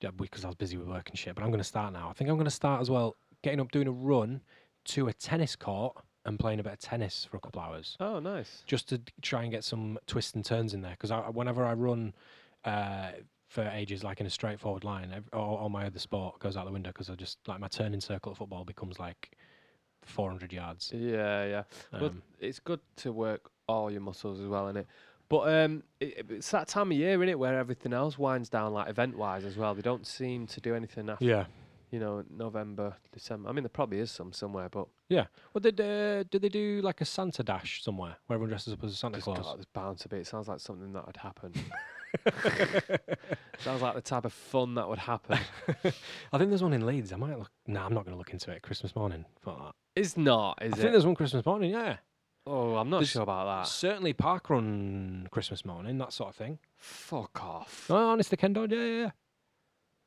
E: yeah, because I was busy with work and shit. But I'm gonna start now. I think I'm gonna start as well. Getting up, doing a run to a tennis court and playing a bit of tennis for a couple hours,
D: Oh, nice.
E: just to d- try and get some twists and turns in there. Because I, whenever I run. Uh, for ages, like in a straightforward line, ev- all, all my other sport goes out the window because I just like my turning circle at football becomes like 400 yards.
D: Yeah, yeah. well,
E: Um,
D: it's good to work all your muscles as well, innit? But um, it, it's that time of year, innit, where everything else winds down, like event wise as well. They don't seem to do anything after,
E: yeah,
D: you know, November, December. I mean, there probably is some somewhere, but
E: Yeah. Well, did uh, did they do like a Santa dash somewhere where everyone dresses up as a Santa
D: there's,
E: Claus?
D: got- there's bound to be. It sounds like something that had happened. Sounds like the type of fun that would happen.
E: I think there's one in Leeds. I might look. No, I'm not going to look into it. Christmas morning. Fuck that.
D: It's not, is
E: I think
D: it?
E: there's one Christmas morning. Yeah,
D: Oh, I'm not
E: there's-
D: sure about that.
E: certainly park run Christmas morning, that sort of thing.
D: Fuck off.
E: No, honest to Ken Dodd, yeah, yeah, yeah.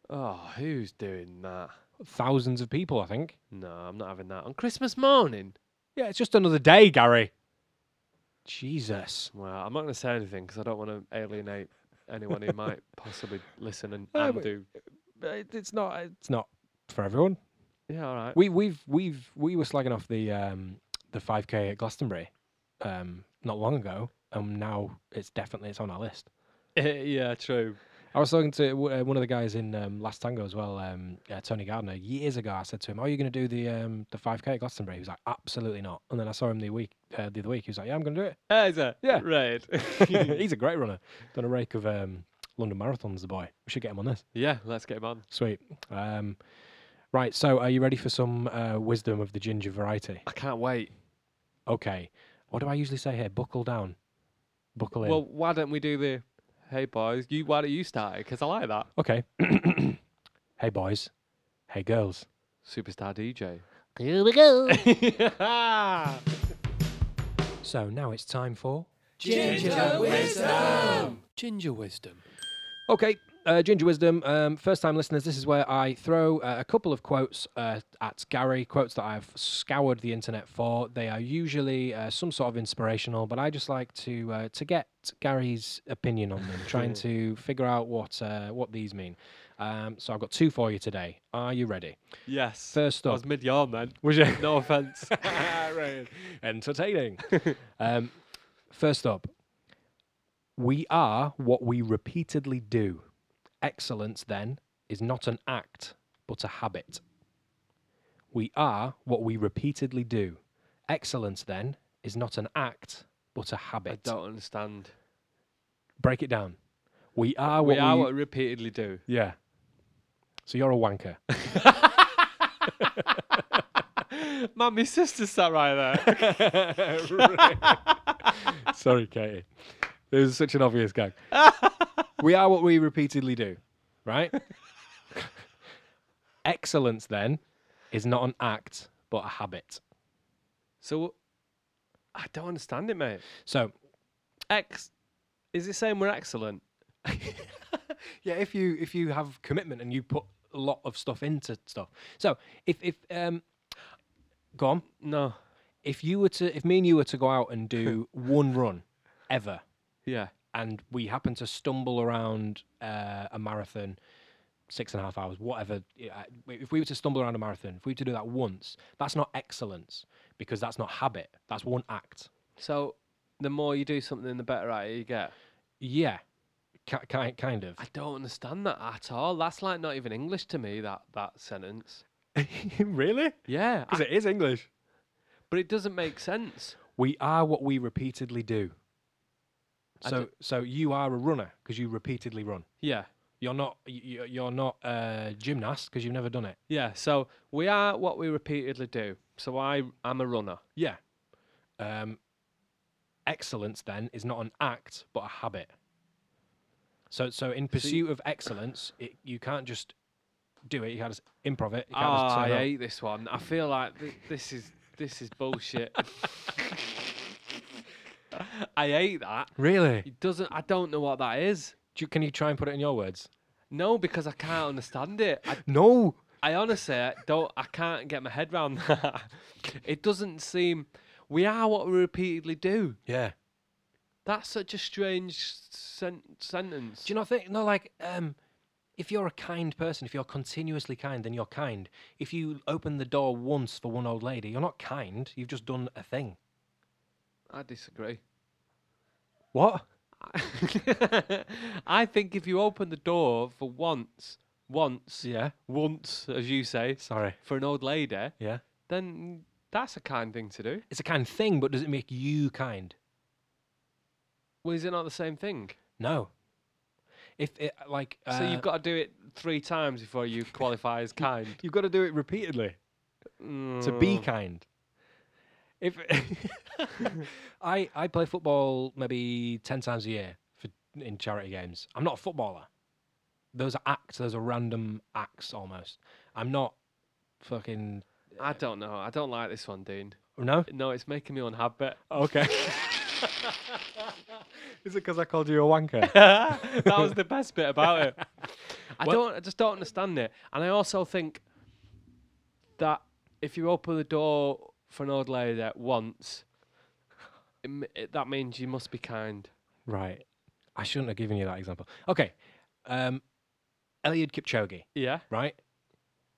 D: Oh, who's doing that?
E: Thousands of people, I think.
D: No, I'm not having that on Christmas morning.
E: Yeah, it's just another day, Gary. Jesus.
D: Well, I'm not going to say anything because I don't want to alienate anyone who might possibly listen and,
E: No,
D: and
E: but-
D: do.
E: It's not. It's not for everyone.
D: Yeah, all right.
E: We we've we've we were slagging off the um the 5k at Glastonbury, um not long ago, and now it's definitely it's on our list.
D: yeah, true.
E: I was talking to w- uh, one of the guys in um, Last Tango as well, um, uh, Tony Gardner, years ago. I said to him, "Are you going to do the um, the 5K at Glastonbury?" He was like, "Absolutely not." And then I saw him the week uh, the other week. He was like, "Yeah, I'm going to do it."
D: Yeah, is it?
E: Yeah.
D: Right.
E: He's a great runner. Done a rake of um, London marathons, the boy. We should get him on this.
D: yeah, let's get him on.
E: Sweet. Um, right. So, are you ready for some uh, wisdom of the ginger variety?
D: I can't wait.
E: Okay. What do I usually say here? Buckle down. Buckle in.
D: Well, why don't we do the? Hey boys, you why don't you start? Because I like that.
E: okay. hey boys. Hey girls.
D: Superstar DJ.
A: Here we go.
E: So now it's time for
D: Ginger wisdom.
E: Okay, uh, Ginger Wisdom. Um, first time listeners, this is where I throw uh, a couple of quotes uh, at Gary, quotes that I've scoured the internet for. They are usually uh, some sort of inspirational, but I just like to uh, to get Gary's opinion on them, trying to figure out what uh, what these mean. Um, so I've got two for you today. Are you ready?
D: Yes.
E: First
D: I
E: up,
D: was mid yarn then.
E: was you?
D: No offense.
E: right. Entertaining. um, first up, we are what we repeatedly do. Excellence, then, is not an act, but a habit. We are what we repeatedly do. Excellence, then, is not an act, but a
D: I
E: habit.
D: don't understand.
E: Break it down. We are
D: we
E: what we.
D: are what we repeatedly do.
E: yeah. So you're a wanker.
D: Man, my sister sat right there.
E: Sorry, Katie. It was such an obvious gag. we are what we repeatedly do, right? Excellence then is not an act but a habit.
D: so I don't understand it, mate.
E: So
D: Ex is it saying we're excellent?
E: yeah, if you if you have commitment and you put a lot of stuff into stuff. So if if um go on.
D: No.
E: If you were to if me and you were to go out and do one run ever,
D: Yeah.
E: and we happen to stumble around uh, a marathon, six and a half hours, whatever. i- I- If we were to stumble around a marathon, if we were to do that once, that's not excellence because that's not habit. That's one act.
D: So the more you do something, the better at it you get.
E: Yeah, ki- ki- kind of.
D: I don't understand that at all. That's like not even English to me. That that sentence.
E: really?
D: Yeah, I-
E: it is English.
D: but it doesn't make sense.
E: We are what we repeatedly do.
D: I
E: So,
D: d-
E: so you are a runner because you repeatedly run.
D: Yeah,
E: You're not. y- y- You're not a gymnast because you've never done it.
D: yeah. So we are what we repeatedly do. So I am a runner.
E: Yeah. Um, excellence then is not an act but a habit. So so in pursuit of excellence, it, you can't just do it. You can't just improv it. You can't
D: Ah,
E: just turn
D: I
E: up.
D: hate this one. I feel like th- this is this is bullshit. I hate that.
E: Really?
D: It doesn't. I don't know what that is.
E: Do you, can you try and put it in your words?
D: No, because I can't understand it. I
E: No.
D: I honestly I don't. I can't get my head round that. It doesn't seem. We are what we repeatedly do.
E: Yeah.
D: That's such a strange sen- sentence.
E: Do you not think? No, like um, if you're a kind person, if you're continuously kind, then you're kind. If you open the door once for one old lady, you're not kind. You've just done a thing.
D: I disagree.
E: What?
D: I think if you open the door for once, once,
E: Yeah.
D: once, as you say,
E: Sorry.
D: for an old lady,
E: Yeah.
D: then that's a kind thing to do.
E: It's a kind thing, but does it make you kind?
D: Well, is it not the same thing?
E: No. If it like uh,
D: so you've got to do it three times before you qualify as kind. Mm.
E: you've got to do it repeatedly to be kind. If I I play football maybe ten times a year for in charity games. I'm not a footballer. Those are acts. Those are random acts almost. I'm not fucking
D: I don't know. I don't like this one, Dean.
E: no.
D: No, it's making me unhappy.
E: Okay. Is it because I called you a wanker?
D: that was the best bit about it. I don't. I just don't understand it. And I also think that if you open the door for an old lady at once, it, m- it, that means you must be kind.
E: Right. I shouldn't have given you that example. Okay. Um, Eliud Kipchoge,
D: Yeah,
E: right?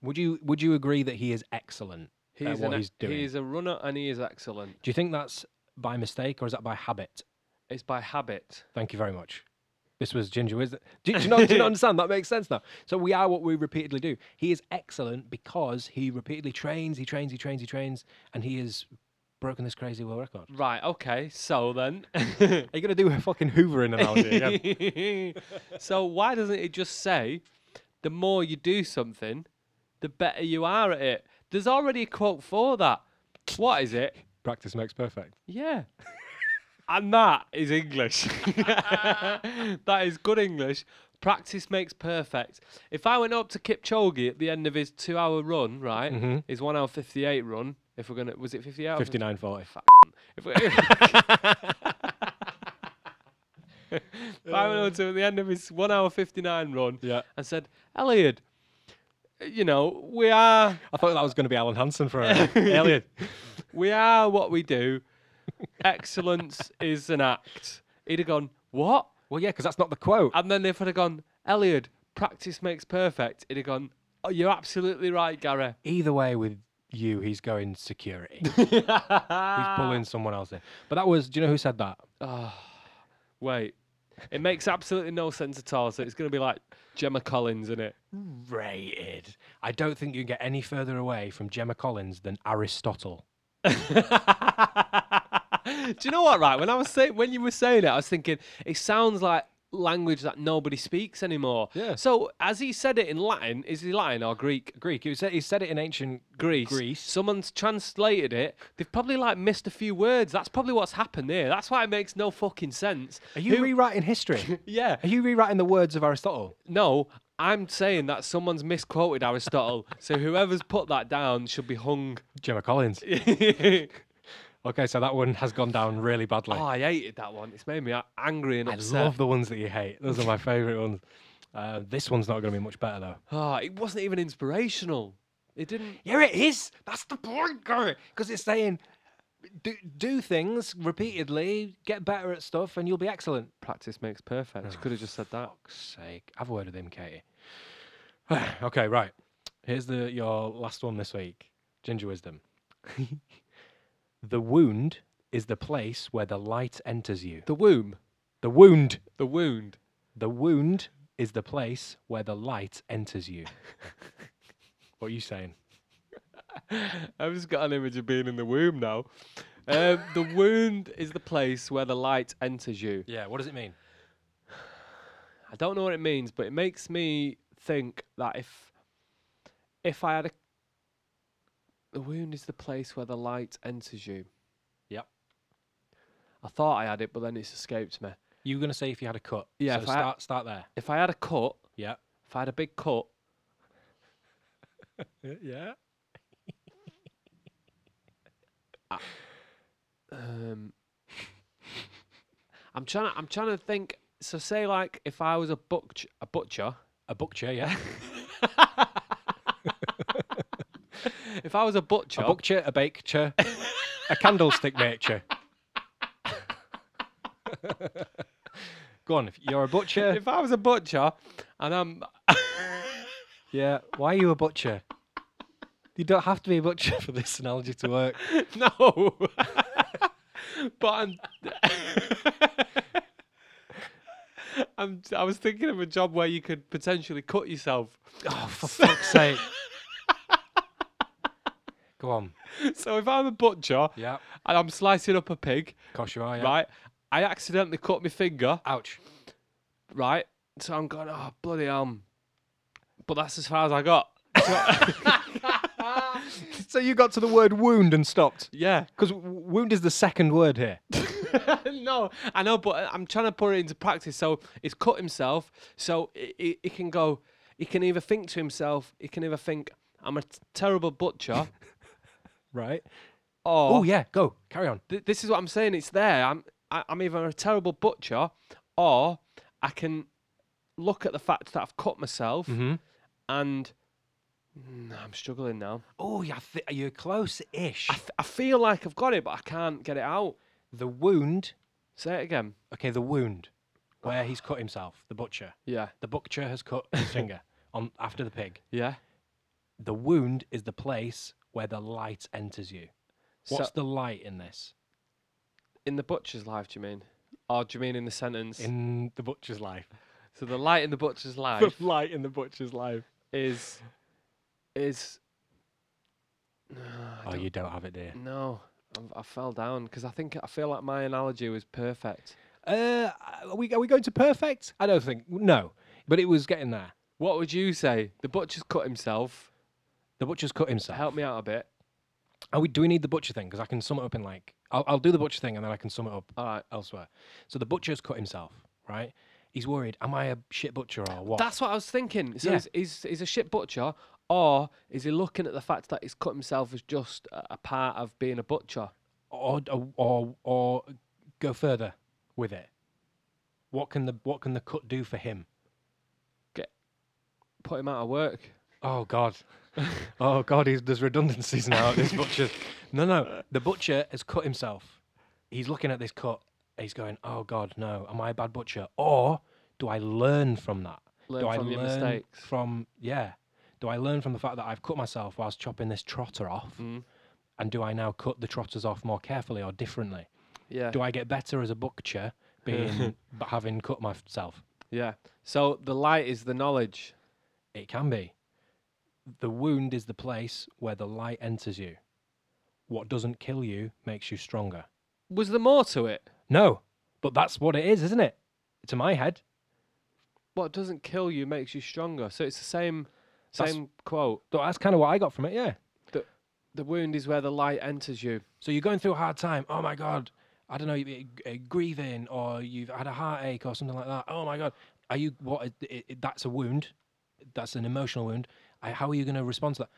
E: Would you would you agree that he is excellent
D: he's
E: at what
D: an,
E: he's doing?
D: He is a runner and he is excellent.
E: Do you think that's by mistake or is that by habit?
D: It's by habit.
E: Thank you very much. This was Ginger Wizard. Do, do, you not, do you not understand? That makes sense now. So we are what we repeatedly do. He is excellent because he repeatedly trains, he trains, he trains, he trains, and he has broken this crazy world record.
D: Right. Okay. So then.
E: Are you going to do a fucking hoovering analogy again?
D: so why doesn't it just say, the more you do something, the better you are at it? There's already a quote for that. What is it?
E: Practice makes perfect.
D: Yeah. and that is English. that is good English. Practice makes perfect. If I went up to Kipchoge at the end of his two-hour run, right, his one hour fifty-eight run. If we're gonna, was it fifty hours?
E: 59.40.
D: If, we- if I went up to him at the end of his one hour fifty-nine run,
E: Yeah.
D: and said, Elliot, you know, we are
E: I thought that was going to be Alan Hansen for a Alien.
D: we are what we do. Excellence is an act. He'd have gone, What?
E: Well, yeah, because that's not the quote.
D: And then if I'd have gone, Elliot, practice makes perfect, he'd have gone, Oh, you're absolutely right, Gary.
E: Either way, with you, he's going security. he's pulling someone else in. But that was, do you know who said that?
D: Wait. It makes absolutely no sense at all. So it's going to be like Gemma Collins, isn't it?
E: Rated. I don't think you can get any further away from Gemma Collins than Aristotle.
D: Do you know what? Right, when I was saying when you were saying it, I was thinking it sounds like language that nobody speaks anymore.
E: Yeah.
D: So as he said it in Latin, is he Latin or Greek?
E: Greek. He said, he said it in ancient
D: Greece.
E: Greece.
D: Someone's translated it. They've probably like missed a few words. That's probably what's happened there. That's why it makes no fucking sense.
E: Are you
D: Who-
E: rewriting history?
D: yeah.
E: Are you rewriting the words of Aristotle?
D: No, I'm saying that someone's misquoted Aristotle. so whoever's put that down should be hung.
E: Gemma Collins.
D: oh,
E: Okay, so that one has gone down really badly.
D: I hated that one. It's made me a- angry and
E: I
D: upset.
E: love the ones that you hate. Those are my favourite ones. Uh, this one's not going to be much better, though.
D: Ah, it wasn't even inspirational. It didn't.
E: Yeah, it is. That's the point, Gary. Because it's saying do, do things repeatedly, get better at stuff, and you'll be excellent.
D: Practice makes perfect. You could have just said that.
E: Sake, have a word with him, Katie. okay, right. Here's the your last one this week. Ginger wisdom. the wound is the place where the light enters you.
D: The womb.
E: The wound.
D: The wound.
E: The wound is the place where the light enters you. what are you saying?
D: I've just got an image of being in the womb now. Um, the wound is the place where the light enters you.
E: Yeah, what does it mean?
D: I don't know what it means, but it makes me think that if if I had a the wound is the place where the light enters you.
E: Yep.
D: I thought I had it, but then it's escaped me.
E: You were gonna say if you had a cut.
D: Yeah,
E: So
D: if I had-
E: start start there.
D: If I had a cut,
E: Yeah.
D: if I had a big cut,
E: Uh, Yeah.
D: um, I'm trying. I'm trying to think. So say like if I was a butch a butcher,
E: A butcher, yeah.
D: if I was a butcher,
E: a butcher, a baker, a candlestick maker. Go on, if you're a butcher.
D: if I was a butcher, and I'm
E: Yeah. Why are you a butcher? You don't have to be a butcher for this analogy to work.
D: No. but I'm. I'm. I was thinking of a job where you could potentially cut yourself.
E: Oh, for fuck's sake. Go on.
D: So if I'm a butcher
E: Yeah.
D: and I'm slicing up a pig,
E: Of course you are, yeah.
D: right? I accidentally cut my finger,
E: Ouch.
D: right? So I'm going, oh bloody um. But that's as far as I got.
E: So you got to the word wound and stopped.
D: Yeah.
E: Because wound is the second word here.
D: no, I know, but I'm trying to put it into practice. So he's cut himself. So he, he, he can go. He can either think to himself. He can either think, "I'm a t- terrible butcher,"
E: right?
D: or
E: Oh yeah, go carry on.
D: th- this is what I'm saying. It's there. I'm I, I'm either a terrible butcher, or I can look at the fact that I've cut myself and. Mm, I'm struggling now.
E: Oh yeah, th- you're close-ish.
D: I, f- I feel like I've got it, but I can't get it out.
E: the wound.
D: Say it again.
E: Okay, the wound where he's cut himself. The butcher.
D: Yeah.
E: The butcher has cut his finger on after the pig.
D: Yeah.
E: The wound is the place where the light enters you. What's
D: So-
E: the light in this?
D: In the butcher's life, do you mean? Or do you mean in the sentence?
E: In the butcher's life.
D: so the light in the butcher's life
E: light in the butcher's life.
D: is is. No, I
E: Oh,
D: don't-
E: you don't have it, dear.
D: no. I'm- I fell down because I think I feel like my analogy was perfect.
E: Uh, are we are we going to perfect? I don't think no, but it was getting there.
D: What would you say? The butcher's cut himself.
E: The butcher's cut himself.
D: Help me out a bit.
E: Are we, do we need the butcher thing? Because I can sum it up in like I'll, I'll do the butcher thing and then I can sum it up
D: All right.
E: elsewhere. So the butcher's cut himself, right? He's worried. Am I a shit butcher or what?
D: That's what I was thinking. So
E: Yeah.
D: is he's, he's a shit butcher, or is he looking at the fact that he's cut himself as just a a part of being a butcher?
E: or, or or or go further with it. What can the what can the cut do for him?
D: Put him out of work.
E: Oh God. oh God, he's, there's redundancies now at this butcher. No, no, the butcher has cut himself. He's looking at this cut. He's going, oh God, no, am I a bad butcher? Or do I learn from that?
D: Learn
E: do I
D: from your mistakes.
E: From yeah, do I learn from the fact that I've cut myself whilst chopping this trotter off?
D: Mm.
E: And do I now cut the trotters off more carefully or differently?
D: Yeah.
E: Do I get better as a butcher being but having cut myself?
D: Yeah. So the light is the knowledge.
E: It can be. The wound is the place where the light enters you. What doesn't kill you makes you stronger.
D: Was there more to it?
E: No, but that's what it is, isn't it? To my head.
D: What doesn't kill you makes you stronger. So it's the same
E: That's-
D: same quote.
E: So that's kind of what I got from it, yeah.
D: The wound is where the light enters you.
E: So you're going through a hard time. Oh my God. I don't know, you're uh, grieving or you've had a heartache or something like that. Oh my God. Are you, what? It, it, that's a wound. That's an emotional wound. I, how are you going to respond to that?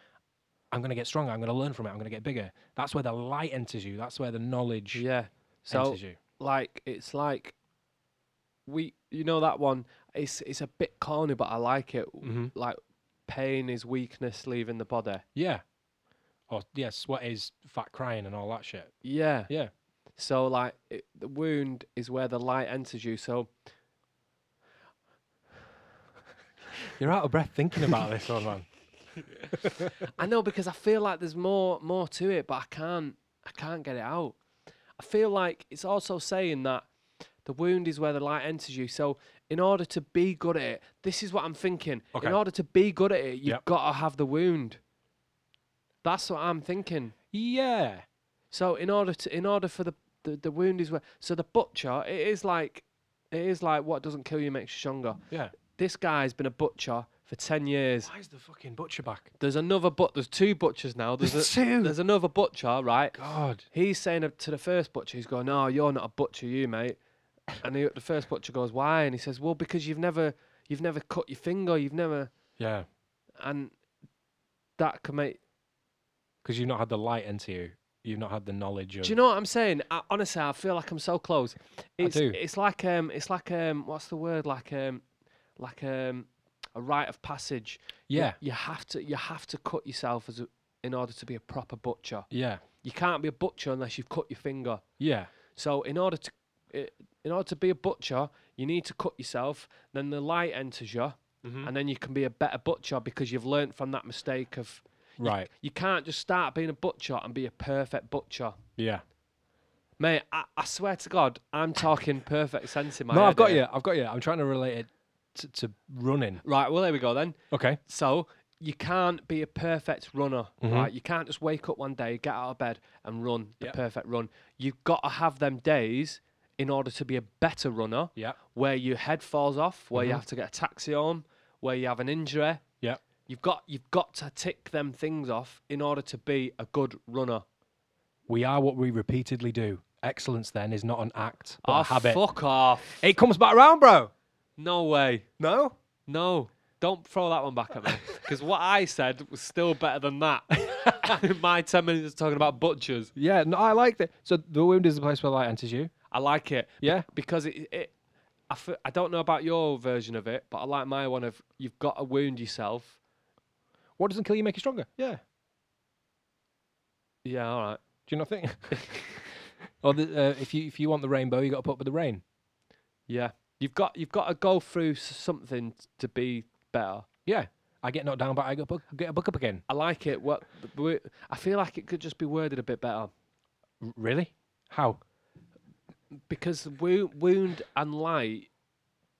E: I'm going to get stronger. I'm going to learn from it. I'm going to get bigger. That's where the light enters you. That's where the knowledge
D: Yeah. So
E: enters you.
D: like it's like we you know that one it's it's a bit corny but I like it.
E: Mhm.
D: Like pain is weakness leaving the body.
E: Yeah. Or yes, what is fat crying and all that shit?
D: Yeah.
E: Yeah.
D: So like it, the wound is where the light enters you. So
E: You're out of breath thinking about this one, man.
D: I know because I feel like there's more more to it, but I can't I can't get it out. I feel like it's also saying that the wound is where the light enters you. So in order to be good at it, this is what I'm thinking.
E: Okay.
D: In order to be good at it, you've
E: Yep.
D: got to have the wound. That's what I'm thinking.
E: Yeah.
D: So in order to in order for the the, the wound is where so the butcher it is like it is like what doesn't kill you makes you stronger.
E: Yeah.
D: This guy's been a butcher for ten years.
E: Why's the fucking butcher back?
D: There's another but there's two butchers now. There's a,
E: two?
D: There's another butcher, right?
E: God.
D: He's saying up to the first butcher, he's going, "No, you're not a butcher, you mate." And he, the first butcher goes, "Why?" And he says, "Well, because you've never, you've never cut your finger, you've never,
E: Yeah.
D: and that can make."
E: Because you've not had the light into you. You've not had the knowledge of.
D: Do you know what I'm saying? I, honestly, I feel like I'm so close. It's,
E: do.
D: It's like um, it's like um, what's the word? Like um, like um, a rite of passage. You-
E: Yeah.
D: You, have to, you have to cut yourself as a, in order to be a proper butcher.
E: Yeah.
D: You can't be a butcher unless you've cut your finger.
E: Yeah.
D: So in order to i- in order to be a butcher, you need to cut yourself. Then the light enters you, and then you can be a better butcher because you've learnt from that mistake of.
E: Right.
D: You can't just start being a butcher and be a perfect butcher,
E: Yeah.
D: mate. I, I swear to God, I'm talking perfect sense in my
E: No,
D: head
E: I've got
D: here.
E: you. I've got you. I'm trying to relate it to, to running.
D: Right. Well, there we go then.
E: Okay.
D: So you can't be a perfect runner, right? You can't just wake up one day, get out of bed, and run the
E: Yep.
D: perfect run. You've got to have them days in order to be a better runner.
E: Yeah.
D: Where your head falls off, where you
E: Mm-hmm.
D: have to get a taxi on, where you have an injury.
E: Yeah.
D: You've got you've got to tick them things off in order to be a good runner.
E: We are what we repeatedly do. excellence then is not an act, but
D: oh,
E: a habit.
D: fuck off.
E: It comes back around, bro.
D: No way.
E: No?
D: No. Don't throw that one back at me. Because what I said was still better than that. My 10 minutes talking about butchers.
E: Yeah, no, I like that. So the wound is the place where light enters you.
D: I like it.
E: Yeah.
D: because it, it I, f- I don't know about your version of it, but I like my one of you've got to wound yourself.
E: What doesn't kill you make you stronger? Yeah. Do
D: Yeah, all right.
E: you not think? or the, uh, if you if you want the rainbow, you got to put up with the rain.
D: Yeah, you've got you've got to go through s- something t- to be better.
E: Yeah. I get knocked down, but I got book, get a book up again.
D: I like it. What the wo- I feel like it could just be worded a bit better
E: R- really? How?
D: because wo- wound and light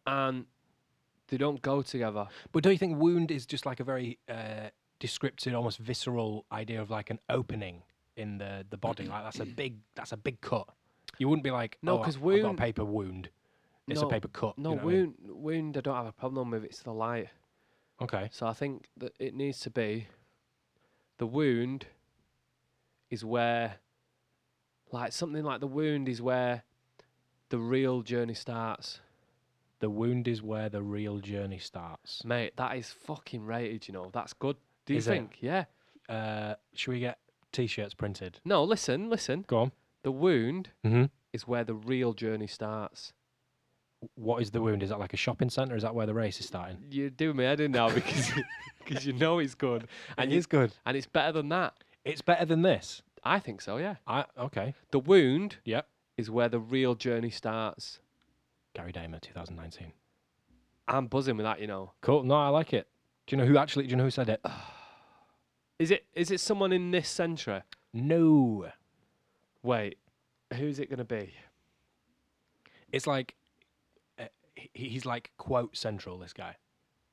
D: and they don't go together.
E: But don't you think wound is just like a very uh, descriptive, almost visceral idea of like an opening in the, the body? like that's a big that's a big cut. You wouldn't be like
D: No,
E: oh, I-
D: 'cause
E: I've got a
D: wound-
E: paper wound. It's
D: No,
E: a paper cut. you
D: No
E: know what I mean?
D: wound wound. I don't have a problem with. It's the light.
E: Okay.
D: So I think that it needs to be the wound is where like something like the wound is where the real journey starts.
E: The wound is where the real journey starts.
D: Mate, that is fucking rated, you know. That's good. Do you
E: Is it?
D: think? Yeah.
E: Uh, should we get t-shirts printed?
D: No, listen, listen.
E: Go on.
D: The wound
E: Mm-hmm.
D: is where the real journey starts.
E: What is the wound? Is that like a shopping centre? Is that where the race is starting?
D: You're doing me head in now because because you know it's good. And it's
E: good.
D: and it's better than that.
E: It's better than this.
D: I think so, yeah.
E: I okay.
D: The wound
E: Yep.
D: is where the real journey starts.
E: Gary Damer, 2019.
D: I'm buzzing with that, you know.
E: Cool. No, I like it. Do you know who actually? Do you know who said it?
D: Is it is it someone in this century?
E: No.
D: Wait, who's it going to be?
E: It's like uh, he- he's like quote central. This guy.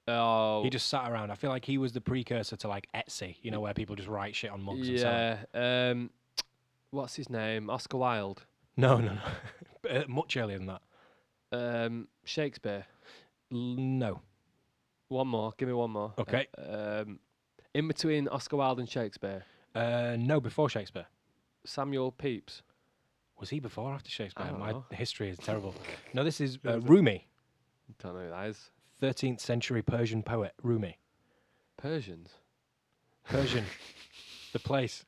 D: Oh,
E: He just sat around. I feel like he was the precursor to like Etsy. You know where people just write shit on mugs. And sell it.
D: yeah. Um, what's his name? Oscar Wilde.
E: No, no, no. Uh, Much earlier than that.
D: Um, Shakespeare.
E: L- no.
D: One more. Give me one more.
E: Okay.
D: Um, in between Oscar Wilde and Shakespeare,
E: Uh, no, before Shakespeare.
D: Samuel Pepys.
E: Was he before or after Shakespeare?
D: don't
E: My
D: know.
E: history is terrible. no, this is
D: Who
E: uh,
D: is it?
E: Rumi,
D: Don't know who that is.
E: 13th century Persian poet. Rumi.
D: Persians.
E: Persian. the place.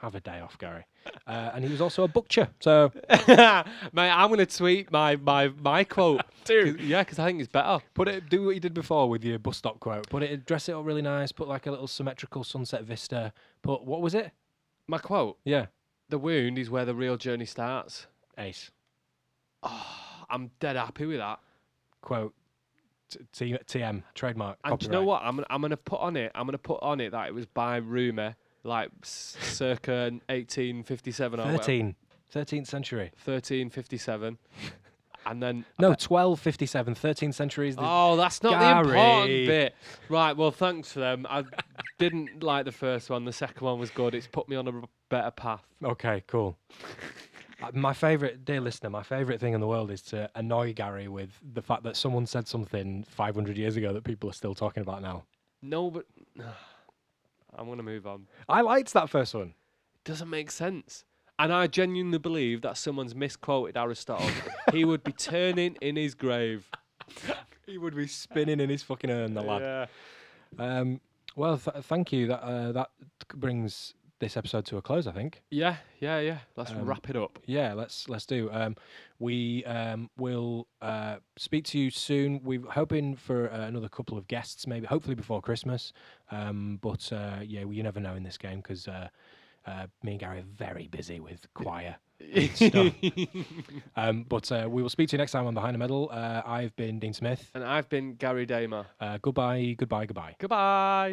E: Have a day off, Gary. Uh, and he was also a butcher. So
D: Mate, I'm gonna tweet my my my quote. Dude, yeah, because I think it's better.
E: put it, do what you did before with your bus stop quote. Put it, dress it up really nice. Put like a little symmetrical sunset vista. Put what was it?
D: My quote:
E: Yeah,
D: "The wound is where the real journey starts."
E: ace
D: I'm dead happy with that.
E: quote. T- T- TM trademark.
D: And do you know
E: copyright.
D: what? I'm gonna, I'm gonna put on it. I'm gonna put on it that it was by Rumor, like s- circa 1857 or whatever.
E: 13, 13th century.
D: 1357, and then
E: No, 1257. 13th century is the
D: oh, that's not the important
E: Gary.
D: bit, right? Well, thanks for them. I didn't like the first one. The second one was good. It's put me on a r- better path.
E: Okay, cool. Uh, my favorite, dear listener, my favorite thing in the world is to annoy Gary with the fact that someone said something 500 years ago that people are still talking about now.
D: No, but I'm gonna move on.
E: I liked that first one.
D: doesn't make sense. And I genuinely believe that someone's misquoted Aristotle. he would be turning in his grave.
E: He would be spinning in his fucking urn, the lad.
D: Yeah.
E: Um, well, th- thank you. That uh, that brings this episode to a close, I think.
D: Yeah, yeah, yeah. Let's
E: Um,
D: wrap it up.
E: Yeah, let's let's do. Um, we um, will uh, speak to you soon. We're hoping for uh, another couple of guests, maybe hopefully before Christmas. Um, but uh, yeah, well, you never know in this game because uh, uh, me and Gary are very busy with choir. and stuff. um, but uh, we will speak to you next time on Behind the Medal. Uh, I've been Dean Smith.
D: And I've been Gary Damer.
E: Uh, goodbye, goodbye, goodbye.
D: Goodbye.